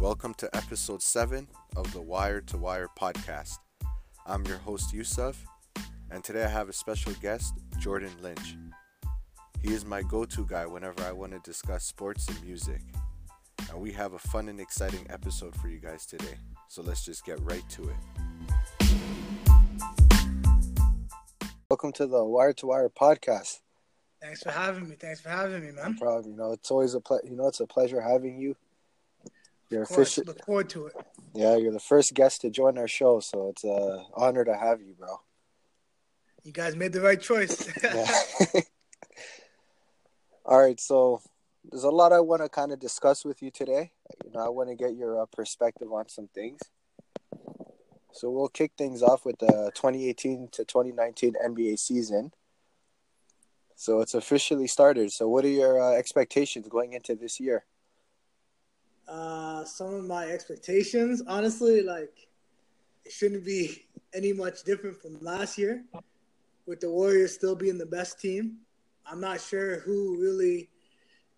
Welcome to episode 7 of the Wire to Wire podcast. I'm your host, Yusuf, and today I have a special guest, Jordan Lynch. He is my go to guy whenever I want to discuss sports and music. And we have a fun and exciting episode for you guys today, so let's just get right to it. Welcome to the Wire to Wire podcast. Thanks for having me. Thanks for having me, No man. problem. You know, it's always a ple- you know it's a pleasure having you. You're Of course, official, look forward to it. yeah. You're the first guest to join our show, so it's an honor to have you, bro. You guys made the right choice. Yeah. All right, so there's a lot I want to kind of discuss with you today. You know, I want to get your uh, perspective on some things. So we'll kick things off with the 2018 to 2019 NBA season. So it's officially started. So what are your uh, expectations going into this year? uh, some of my expectations, honestly, like it shouldn't be any much different from last year, with the Warriors still being the best team. I'm not sure who really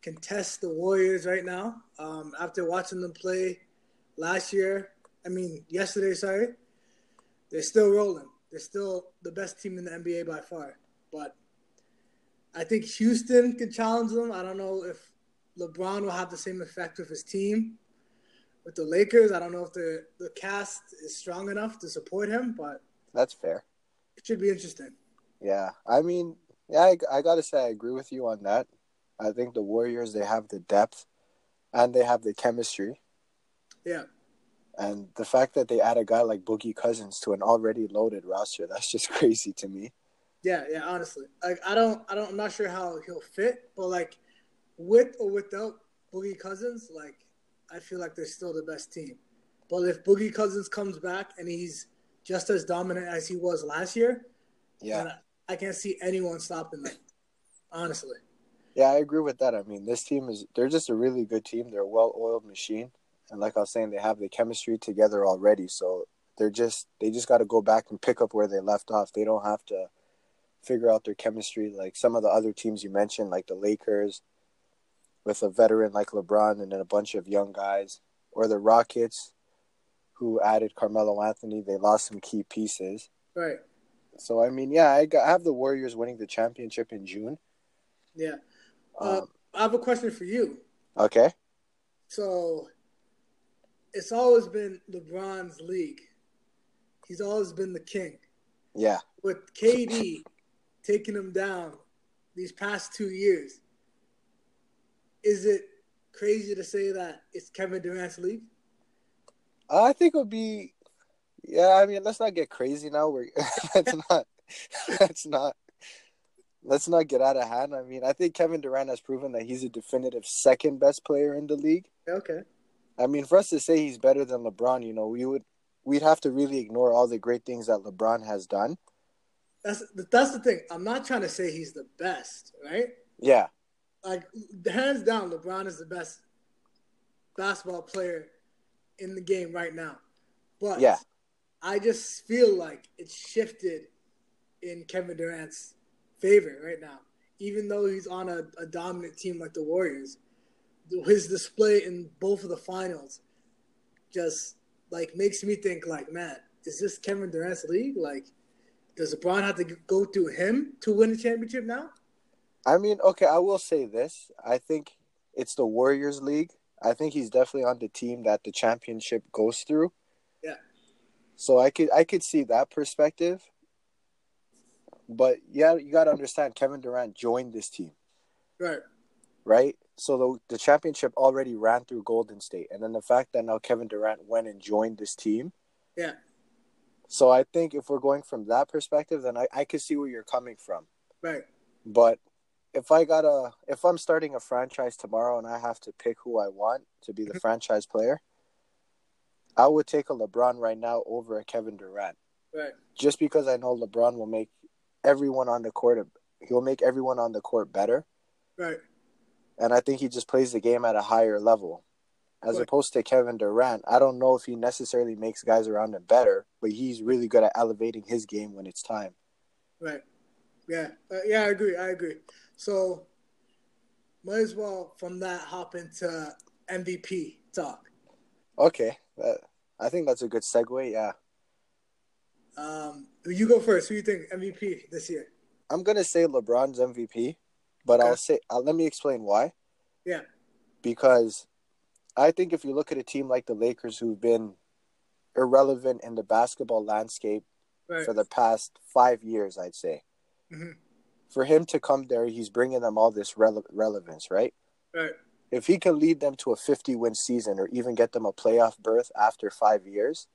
contests the Warriors right now. Um, after watching them play last year, I mean yesterday, sorry, they're still rolling. They're still the best team in the NBA by far. But I think Houston could challenge them. I don't know if LeBron will have the same effect with his team. With the Lakers, I don't know if the, the cast is strong enough to support him, but That's fair. it should be interesting. Yeah, I mean, yeah, I, I gotta say I agree with you on that. I think the Warriors they have the depth, and they have the chemistry, Yeah, and the fact that they add a guy like Boogie Cousins to an already loaded roster that's just crazy to me. yeah, yeah. Honestly, like I don't, I don't, I'm not sure how he'll fit, but like with or without Boogie Cousins, like I feel like they're still the best team. But if Boogie Cousins comes back and he's just as dominant as he was last year, Yeah, then I, I can't see anyone stopping them. Honestly, yeah, I agree with that. I mean, this team is they're just a really good team. They're a well-oiled machine, and like I was saying, they have the chemistry together already. So they're just they just got to go back and pick up where they left off. They don't have to figure out their chemistry like some of the other teams you mentioned, like the Lakers. with a veteran like LeBron and then a bunch of young guys, or the Rockets, who added Carmelo Anthony. They lost some key pieces. right? So I mean, yeah, I, got, I have the Warriors winning the championship in June. Yeah. Uh, Um, I have a question for you. okay, So it's always been LeBron's league. He's always been the king. yeah, With KD taking him down these past two years, is it crazy to say that it's Kevin Durant's league? I think it would be. Yeah, I mean, let's not get crazy now. We're let's not, let's not, let's not get out of hand. I mean, I think Kevin Durant has proven that he's a definitive second best player in the league. Okay. I mean, for us to say he's better than LeBron, you know, we would we'd have to really ignore all the great things that LeBron has done. That's that's the thing. I'm not trying to say he's the best, right? Yeah, Like hands down, LeBron is the best basketball player in the game right now. But Yeah. I just feel like it's shifted in Kevin Durant's favor right now. Even though he's on a, a dominant team like the Warriors, his display in both of the finals just like makes me think like, man, is this Kevin Durant's league? Like, does LeBron have to go through him to win a championship now? I mean, okay, I will say this: I think it's the Warriors league. I think he's definitely on the team that the championship goes through. Yeah. So I could I could see that perspective, but yeah, you got to understand Kevin Durant joined this team, Right. right? So the the championship already ran through Golden State, and then the fact that now Kevin Durant went and joined this team. Yeah. So I think if we're going from that perspective, then I, I could see where you're coming from. Right. But if I gotta if I'm starting a franchise tomorrow and I have to pick who I want to be the franchise player, I would take a LeBron right now over a Kevin Durant. Right. Just because I know LeBron will make everyone on the court a- he'll make everyone on the court better. Right. And I think he just plays the game at a higher level. As Right. opposed to Kevin Durant, I don't know if he necessarily makes guys around him better, but he's really good at elevating his game when it's time. Right. Yeah. Uh, yeah, I agree. I agree. So, might as well from that hop into MVP talk. Okay, that, I think that's a good segue. Yeah, Um, you go first. Who you think MVP this year? I'm gonna say LeBron's MVP, but Okay. I'll say uh, let me explain why. Yeah. Because I think if you look at a team like the Lakers, who've been irrelevant in the basketball landscape Right. for the past five years, I'd say Mhm. for him to come there, he's bringing them all this rele- relevance, right? Right. If he can lead them to a 50 win season or even get them a playoff berth after five years,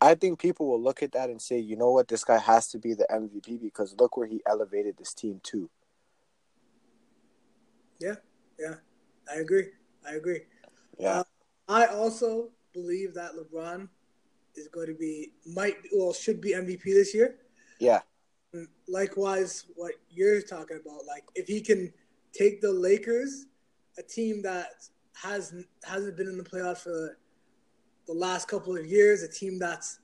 I think people will look at that and say, you know what, this guy has to be the MVP because look where he elevated this team to. I agree. I agree. Yeah. Uh, I also believe that LeBron is going to be might well should be MVP this year. yeah. And likewise, what you're talking about, like if he can take the Lakers, a team that has hasn't been in the playoffs for the last couple of years, a team that's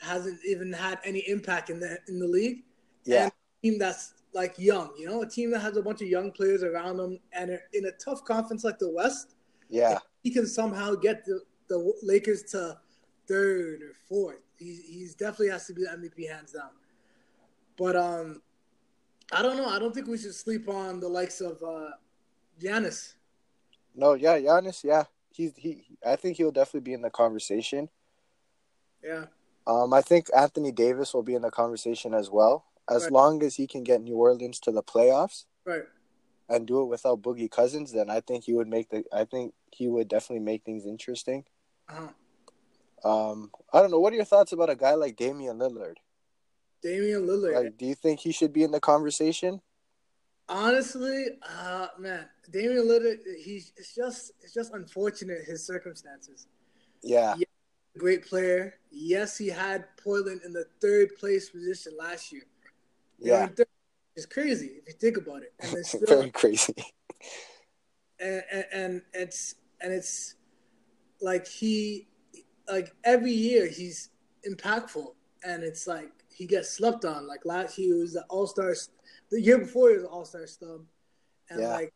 hasn't even had any impact in the in the league, Yeah. And a team that's like young, you know, a team that has a bunch of young players around them, and in a tough conference like the West, yeah. he can somehow get the, the Lakers to third or fourth. He he's definitely has to be the MVP hands down. But um, I don't know. I don't think we should sleep on the likes of uh, Giannis. No, yeah, Giannis, yeah. He's he I think he'll definitely be in the conversation. Yeah, Um I think Anthony Davis will be in the conversation as well. As Right. long as he can get New Orleans to the playoffs, right. and do it without Boogie Cousins, then I think he would make the. I think he would definitely make things interesting. Uh-huh. Um, I don't know. What are your thoughts about a guy like Damian Lillard? Damian Lillard. Like, do you think he should be in the conversation? Honestly, uh, man, Damian Lillard. He's it's just it's just unfortunate his circumstances. Yeah, Great player. Yes, he had Portland in the third place position last year. You know, yeah, in third- it's crazy if you think about it. And then still, very crazy. and, and, and it's and it's like he like every year he's impactful and it's like he gets slept on like last year he was the all-star the year before he was an all-star stub and Yeah. like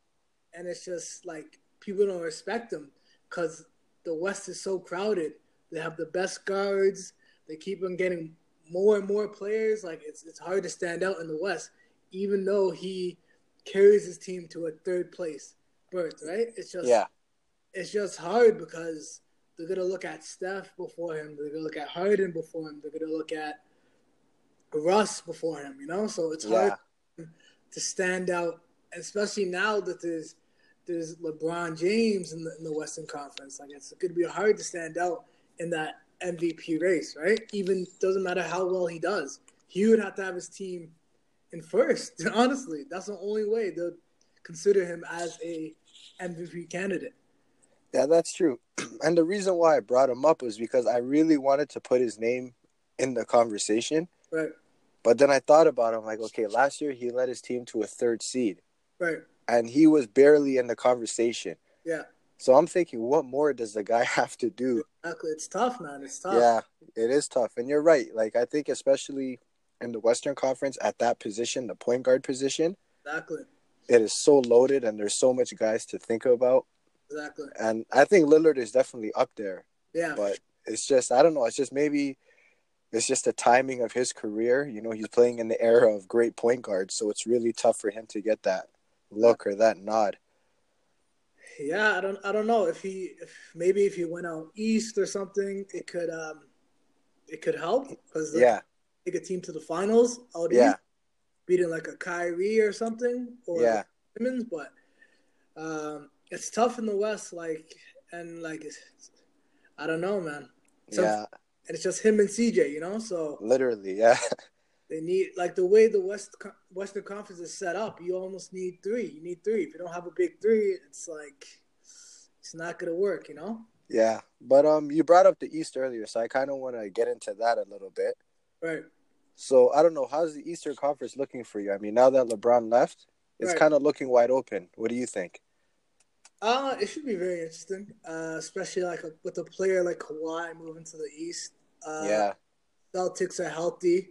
and it's just like people don't respect him because the west is so crowded they have the best guards they keep on getting more and more players like it's, it's hard to stand out in the west even though he carries his team to a third place berth right it's just Yeah, it's just hard because they're gonna look at Steph before him, they're gonna look at Harden before him, they're gonna look at Russ before him, you know. So it's hard yeah, to stand out, especially now that there's there's LeBron James in the, in the Western Conference. Like it's gonna be hard to stand out in that MVP race, right? Even doesn't matter how well he does, he would have to have his team in first. Honestly, that's the only way they'll consider him as a MVP candidate. yeah. That's true. And the reason why I brought him up was because I really wanted to put his name in the conversation, Right. but then I thought about him. Like, okay, last year he led his team to a third seed, Right. and he was barely in the conversation. Yeah. So I'm thinking, what more does the guy have to do? Exactly. It's tough, man. It's tough. Yeah, it is tough. And you're right. Like, I think, especially in the Western Conference at that position, the point guard position, Exactly. it is so loaded and there's so much guys to think about. Exactly. And I think Lillard is definitely up there, Yeah. but it's just, I don't know. It's just maybe it's just the timing of his career. You know, he's playing in the era of great point guards. So it's really tough for him to get that look or that nod. yeah. I don't. I don't know if he. If maybe if he went out east or something, it could. Um, it could help because Yeah, take a team to the finals out yeah, east, beating like a Kyrie or something or yeah, Simmons. But um, it's tough in the West. Like and like, it's, I don't know, man. yeah, And it's just him and CJ, you know. So literally. Yeah, They need like the way the West Co- Western Conference is set up. You almost need three. You need three. If you don't have a big three, it's like it's not gonna work. You know? yeah. But um, you brought up the East earlier, so I kind of want to get into that a little bit. Right. So I don't know. How's the Eastern Conference looking for you? I mean, now that LeBron left, it's Right. kind of looking wide open. What do you think? Uh, it should be very interesting, uh, especially like a, with a player like Kawhi moving to the East. Uh, yeah, Celtics are healthy,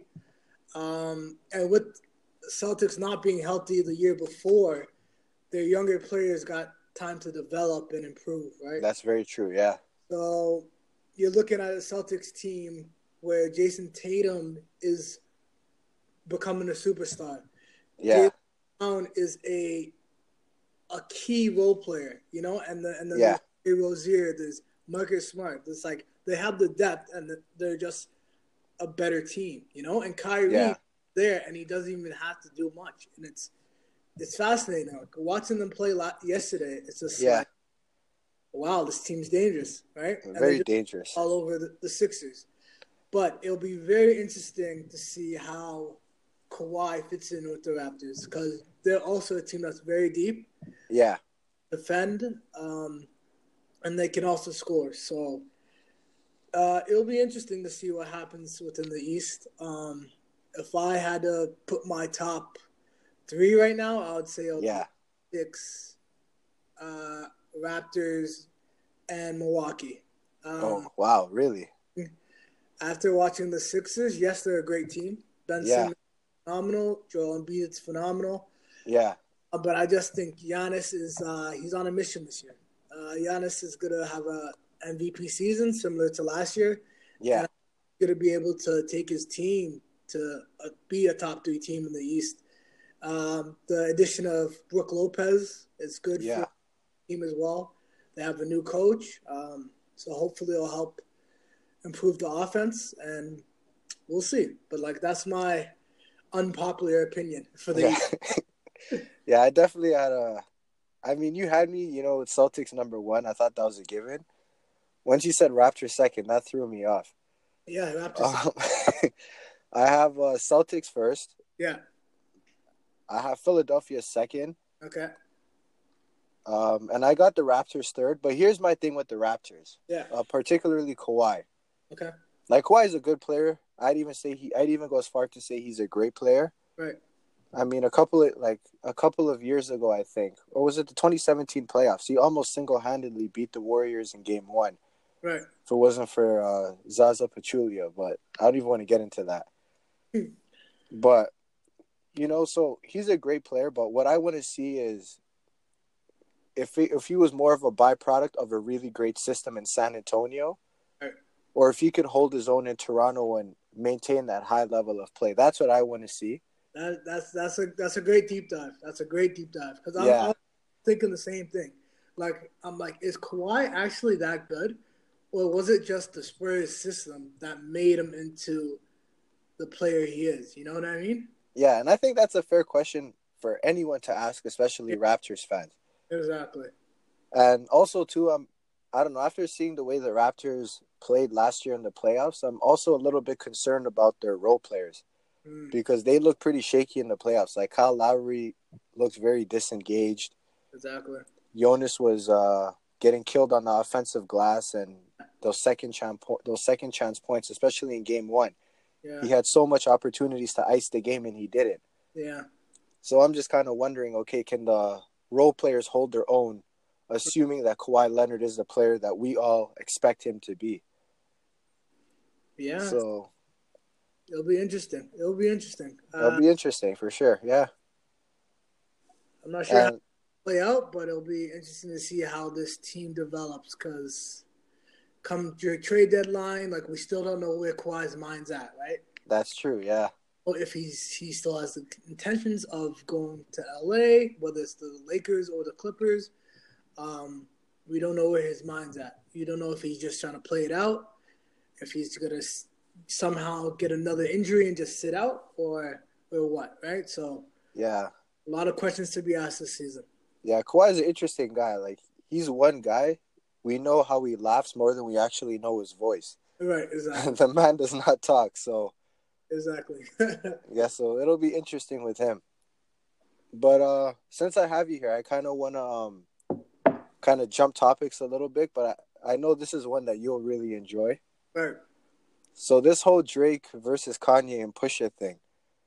um, and with Celtics not being healthy the year before, their younger players got time to develop and improve. Right. that's very true. Yeah, So you're looking at a Celtics team where Jason Tatum is becoming a superstar. Yeah. Brown is a a key role player, you know, and the and the Yeah. there's Rozier, there's Marcus Smart. There's like they have the depth and the, they're just a better team, you know. And Kyrie Yeah. there, and he doesn't even have to do much, and it's it's fascinating. Like, watching them play la- yesterday, it's just Yeah. like, wow, this team's dangerous, right? And they Very just- dangerous. all over the, the Sixers. But it'll be very interesting to see how Kawhi fits in with the Raptors because they're also a team that's very deep, Yeah. defend, um, and they can also score. So uh, it'll be interesting to see what happens within the East. Um, if I had to put my top three right now, I would say it'll be Yeah. six uh, Raptors and Milwaukee. Um, Oh, wow. Really? after watching the Sixers, yes, they're a great team. Ben Yeah. Simmons, phenomenal. Joel Embiid, it's phenomenal. Yeah. Uh, but I just think Giannis is uh, he's on a mission this year. Uh, Giannis is gonna have a MVP season similar to last year. Yeah. Gonna be able to take his team to uh, be a top three team in the East. Um, the addition of Brooke Lopez is good Yeah. for the team as well. They have a new coach, um, so hopefully it'll help improve the offense, and we'll see. But like that's my unpopular opinion for the Yeah. yeah. I definitely had a. I mean, you had me, you know, with Celtics number one. I thought that was a given. Once you said Raptors second, that threw me off. yeah Raptors. Um, I have uh, Celtics first. yeah. I have Philadelphia second. Okay. Um, and I got the Raptors third. But here's my thing with the Raptors, Yeah. uh, particularly Kawhi. Okay. Like Kawhi is a good player. I'd even say he. I'd even go as far to say he's a great player. Right. I mean, a couple of like a couple of years ago, I think, or was it the 2017 playoffs? He almost single-handedly beat the Warriors in Game One. Right. If it wasn't for uh, Zaza Pachulia, but I don't even want to get into that. Hmm. but you know, so he's a great player. But what I want to see is if he, if he was more of a byproduct of a really great system in San Antonio, Right. or if he could hold his own in Toronto and maintain that high level of play. That's what I want to see. That, that's that's a that's a great deep dive. That's a great deep dive because I'm, Yeah. I'm thinking the same thing. Like I'm like, is Kawhi actually that good, or was it just the Spurs system that made him into the player he is? You know what I mean? Yeah, and I think that's a fair question for anyone to ask, especially Raptors fans. Exactly. And also too, um, I don't know. After seeing the way the Raptors played last year in the playoffs, I'm also a little bit concerned about their role players Mm, because they look pretty shaky in the playoffs. Like Kyle Lowry looked very disengaged. exactly. Jonas was uh, getting killed on the offensive glass, and those second chance po- those second chance points, especially in Game One, Yeah. he had so much opportunities to ice the game, and he didn't. Yeah. So I'm just kind of wondering, okay, can the role players hold their own, assuming that Kawhi Leonard is the player that we all expect him to be? Yeah. So It'll be interesting. It'll be interesting. Uh, that'll be interesting for sure. Yeah. Uh, I'm not sure how And it'll play out, but it'll be interesting to see how this team develops because come your trade deadline, like we still don't know where Kawhi's mind's at, right? that's true. Yeah. Or if he's he still has the intentions of going to LA, whether it's the Lakers or the Clippers. Um, we don't know where his mind's at. You don't know if he's just trying to play it out, if he's gonna s- somehow get another injury and just sit out, or or what, right? So Yeah. a lot of questions to be asked this season. Yeah. Kawhi is an interesting guy. Like, he's one guy. We know how he laughs more than we actually know his voice. Right, exactly. the man does not talk. So, Exactly. yeah. So it'll be interesting with him. But uh since I have you here, I kind of want to um, kind of jump topics a little bit, but I, I know this is one that you'll really enjoy. right. So this whole Drake versus Kanye and Pusha thing.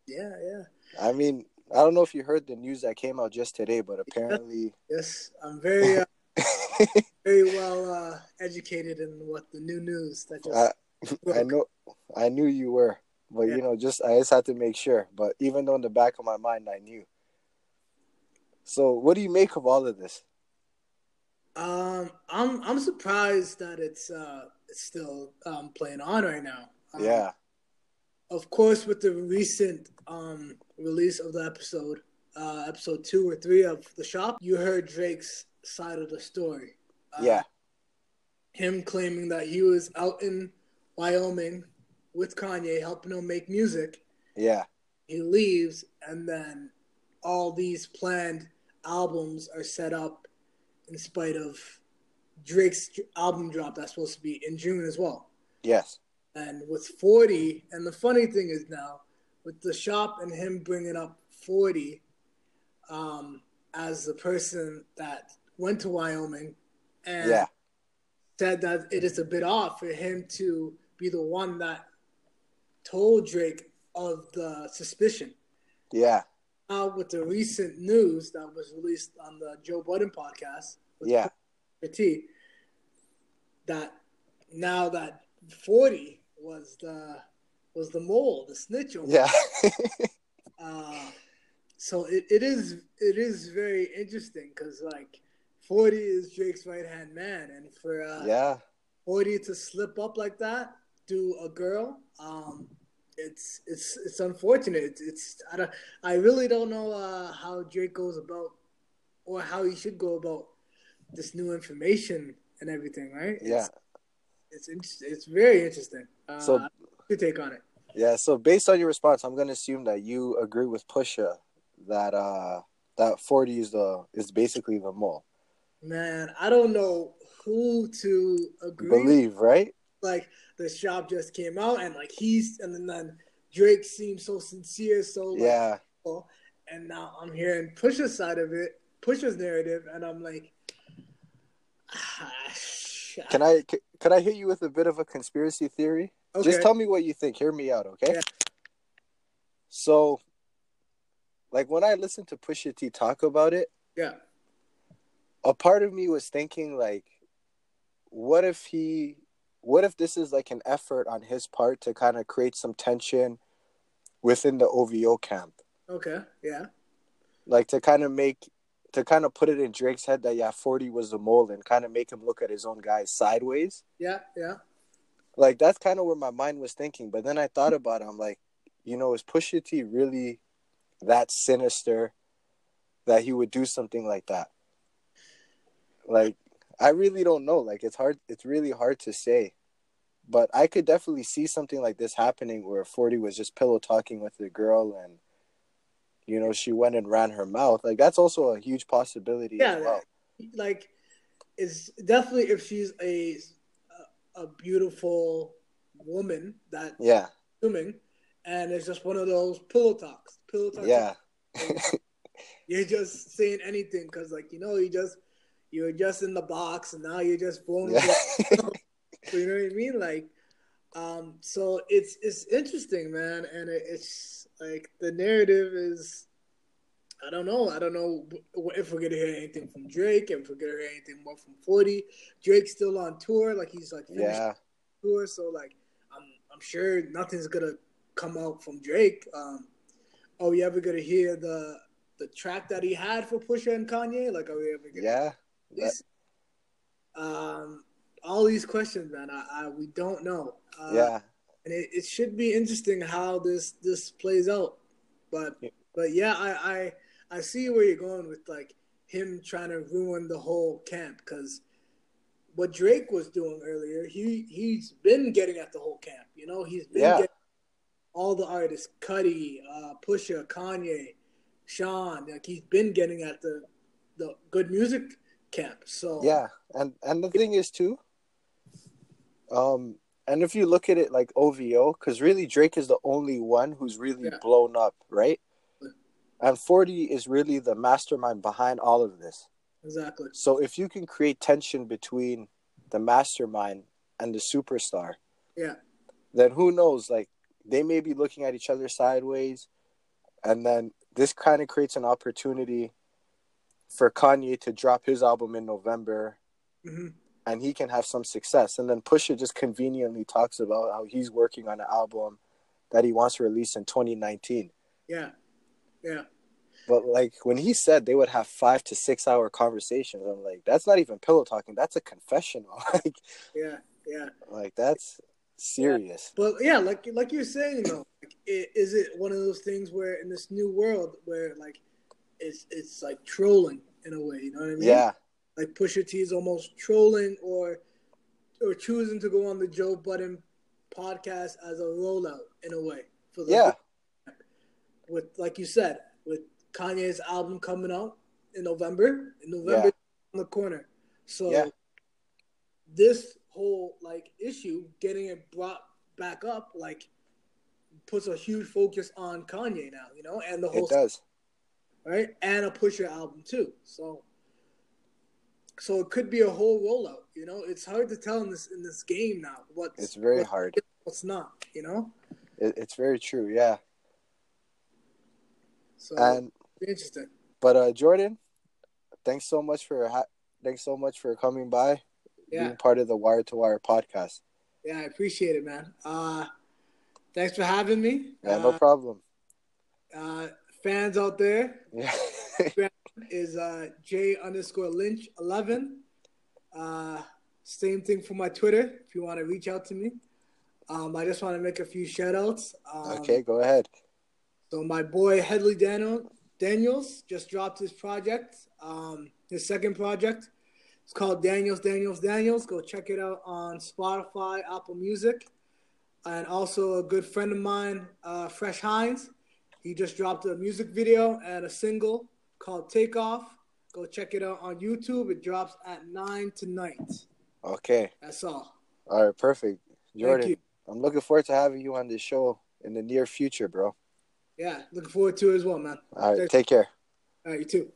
Yeah, yeah. I mean, I don't know if you heard the news that came out just today, but apparently, Yes, I'm very, uh, very well uh, educated in what the new news that just. I, I know I knew you were, but Yeah. you know, just I just had to make sure. But even though in the back of my mind, I knew. So what do you make of all of this? Um, I'm I'm surprised that it's uh it's still um playing on right now. Um, yeah. Of course, with the recent um release of the episode, uh, episode two or three of the shop, you heard Drake's side of the story. Uh, yeah. Him claiming that he was out in Wyoming with Kanye, helping him make music. Yeah. He leaves, and then all these planned albums are set up in spite of Drake's album drop that's supposed to be in June as well. Yes. And with 40, and the funny thing is now, with the shop and him bringing up 40 um, as the person that went to Wyoming and Yeah. said that it is a bit off for him to be the one that told Drake of the suspicion. Yeah. Now, with the recent news that was released on the Joe Budden podcast with Yeah. Pusha T, that now that 40 was the was the mole, the snitch. over Yeah. uh, so it, it is it is very interesting because like 40 is Drake's right hand man, and for uh, yeah. 40 to slip up like that to a girl, um, it's it's it's unfortunate. It's, it's I don't I really don't know uh, how Drake goes about or how he should go about this new information and everything, right? Yeah. It's it's, inter- it's very interesting. Uh, So- so your take on it? Yeah. So based on your response, I'm gonna assume that you agree with Pusha that uh that 40 is the is basically the mole. Man, I don't know who to agree. with. Believe, right? Like the shop just came out, and like he's and then, then Drake seemed so sincere, so like, Yeah. cool. and now I'm hearing Pusha's side of it, Pusha's narrative, and I'm like, ah, Can I c- could I hit you with a bit of a conspiracy theory? okay, Just tell me what you think. Hear me out, okay? Yeah. So, like when I listened to Pusha T talk about it, yeah, a part of me was thinking like, what if he, what if this is like an effort on his part to kind of create some tension within the OVO camp, okay, yeah, like to kind of make, to kind of put it in Drake's head that yeah, forty was the mole, and kind of make him look at his own guys sideways. yeah, yeah, like that's kind of where my mind was thinking. But then I thought about it. I'm like, you know, is Pusha T really that sinister that he would do something like that? Like, I really don't know. Like, it's hard. It's really hard to say. But I could definitely see something like this happening where Forty was just pillow talking with the girl and. You know, she went and ran her mouth. Like that's also a huge possibility Yeah, as well. like it's definitely if she's a a, a beautiful woman that Yeah, assuming, and it's just one of those pillow talks, pillow talks. yeah, you're just saying anything because like you know you just you're just in the box and now you're just vulnerable yeah, you know what i mean like um so it's it's interesting man and it, it's like the narrative is i don't know i don't know wh- if we're gonna hear anything from drake if we're gonna hear anything more from 40 drake's still on tour like he's like finishing yeah, tour, so like I'm I'm sure nothing's gonna come out from Drake. Um, are we ever gonna hear the the track that he had for Pusha and Kanye? Like, are we ever gonna yeah. this? Um, all these questions, man. I, I we don't know. Uh, yeah. and it, it should be interesting how this this plays out. But Yeah. but yeah, I I I see where you're going with like him trying to ruin the whole camp because what Drake was doing earlier, he he's been getting at the whole camp. You know, he's been Yeah. getting all the artists, Cuddy, uh, Pusha, Kanye, Sean. Like he's been getting at the the good music camp. So Yeah, and and the thing is too. Um, and if you look at it like OVO, because really Drake is the only one who's really Yeah. blown up, right? Mm. And Forty is really the mastermind behind all of this. exactly. So if you can create tension between the mastermind and the superstar, Yeah. then who knows? Like they may be looking at each other sideways, and then this kind of creates an opportunity for Kanye to drop his album in November hmm and he can have some success. And then Pusha just conveniently talks about how he's working on an album that he wants to release in 2019. Yeah, yeah. But like when he said they would have five to six hour conversations, I'm like, that's not even pillow talking. That's a confessional. like, yeah, yeah. like that's serious. But yeah, like like you're saying, though, like, i- is it one of those things where in this new world where like it's it's like trolling in a way, you know what I mean? Yeah, Like Pusha T is almost trolling or or choosing to go on the Joe Budden podcast as a rollout in a way for the yeah, with like you said with Kanye's album coming out in November. In November, on the corner. So Yeah. this whole like issue getting it brought back up like puts a huge focus on Kanye now, you know, and the whole it does. right and a Pusher album too. So so it could be a whole rollout, you know. It's hard to tell in this in this game now what's It's very what's, hard. what's not, you know. It, it's very true. Yeah, So and interesting. but uh, Jordan, thanks so much for ha- thanks so much for coming by, Yeah. being part of the Wire to Wire podcast. Yeah, I appreciate it, man. Uh, thanks for having me. Yeah, uh, no problem. uh, fans out there Yeah, is uh, J underscore Lynch eleven. Uh, same thing for my Twitter if you want to reach out to me. Um, I just want to make a few shout outs. Um, okay, go ahead. So my boy Headley Daniel Daniels just dropped his project, um, his second project. It's called Daniels Daniels Daniels. Go check it out on Spotify, Apple Music, and also a good friend of mine, uh, Fresh Hines. He just dropped a music video and a single called Take Off. Go check it out on YouTube. It drops at nine tonight. Okay, That's all. all right, perfect, Jordan. you. I'm looking forward to having you on this show in the near future, bro. Yeah, looking forward to it as well, man. All right, Thank- take care. All right, you too.